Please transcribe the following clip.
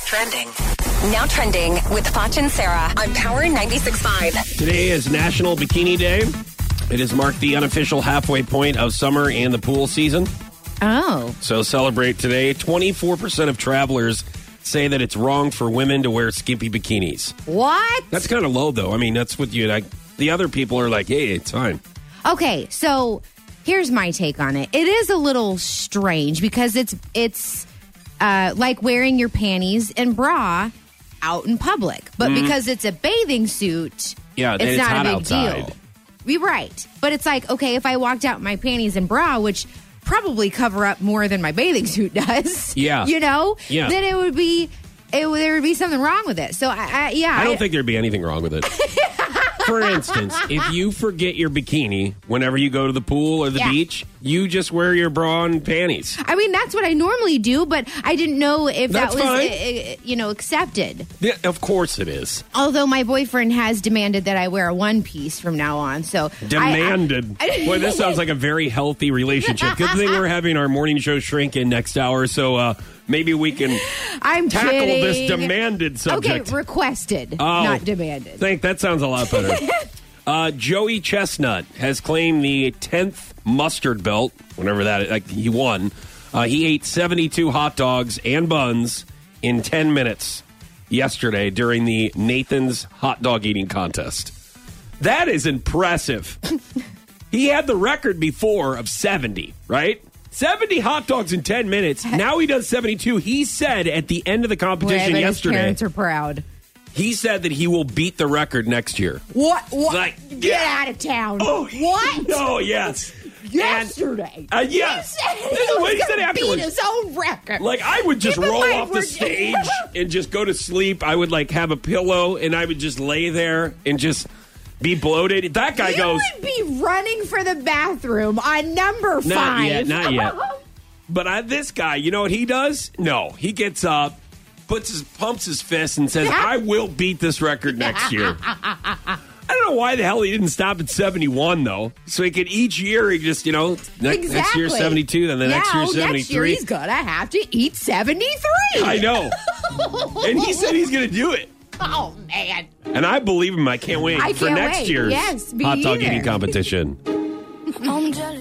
trending. Now trending with Foch and Sarah on Power 96.5. Today is National Bikini Day. It has marked the unofficial halfway point of summer and the pool season. Oh, So celebrate today. 24% of travelers say that it's wrong for women to wear skimpy bikinis. what? That's kind of low, though. I mean, that's what you like. The other people are like, hey, it's fine. Okay, so here's my take on it. It is a little strange because it's it's uh, like wearing your panties and bra out in public, but because it's a bathing suit, Mm-hmm. Yeah, it's then it's not hot a big outside. deal. You're right, but it's like okay, if I walked out in my panties and bra, which probably cover up more than my bathing suit does. Yeah. you know, Yeah. then it would be. It, would- there would be something wrong with it. So, I, I, yeah. I don't think there'd be anything wrong with it. For instance, if you forget your bikini whenever you go to the pool or the Yeah. beach, you just wear your bra and panties. I mean, that's what I normally do, but I didn't know if That's that was, fine. uh, uh, you know, accepted. Yeah, of course it is. Although my boyfriend has demanded that I wear a one piece from now on, so I- I- Demanded. I- Boy, this sounds like a very healthy relationship. Good thing we're having our morning show shrink in next hour, so uh, maybe we can I'm tackle kidding. this demanded subject. Okay, requested, Oh, not demanded. Think that sounds a lot better. uh, Joey Chestnut has claimed the tenth mustard belt. Whenever that, like he won, uh, he ate seventy-two hot dogs and buns in ten minutes yesterday during the Nathan's hot dog eating contest. That is impressive. he had the record before of seventy, right? 70 hot dogs in 10 minutes. Now he does 72. He said at the end of the Boy, I competition bet yesterday. His parents are proud. He said that he will beat the record next year. What? What? Like, Get yeah. out of town. Oh, what? No, yes. Yesterday. And, uh, yes. He said This is what he was said gonna beat afterwards. his own record. Like, I would just Keep in roll mind, off the we're- stage and just go to sleep. I would, like, have a pillow and I would just lay there and just be bloated. That guy you goes, would be running for the bathroom on number Not five. yet, not yet. but I, this guy, you know what he does? No. He gets up, puts his, pumps his fist and says, I will beat this record next year. I don't know why the hell he didn't stop at 71, though. So he could each year, he just, you know, ne- exactly. next year 72, then the oh, next Now, year Next year 73. he's gonna have to eat seventy three. I know. and he said he's going to do it. Oh man. And I believe him. I can't wait I for can't next wait. year's Yes, me hot dog either. eating competition. I'm jealous.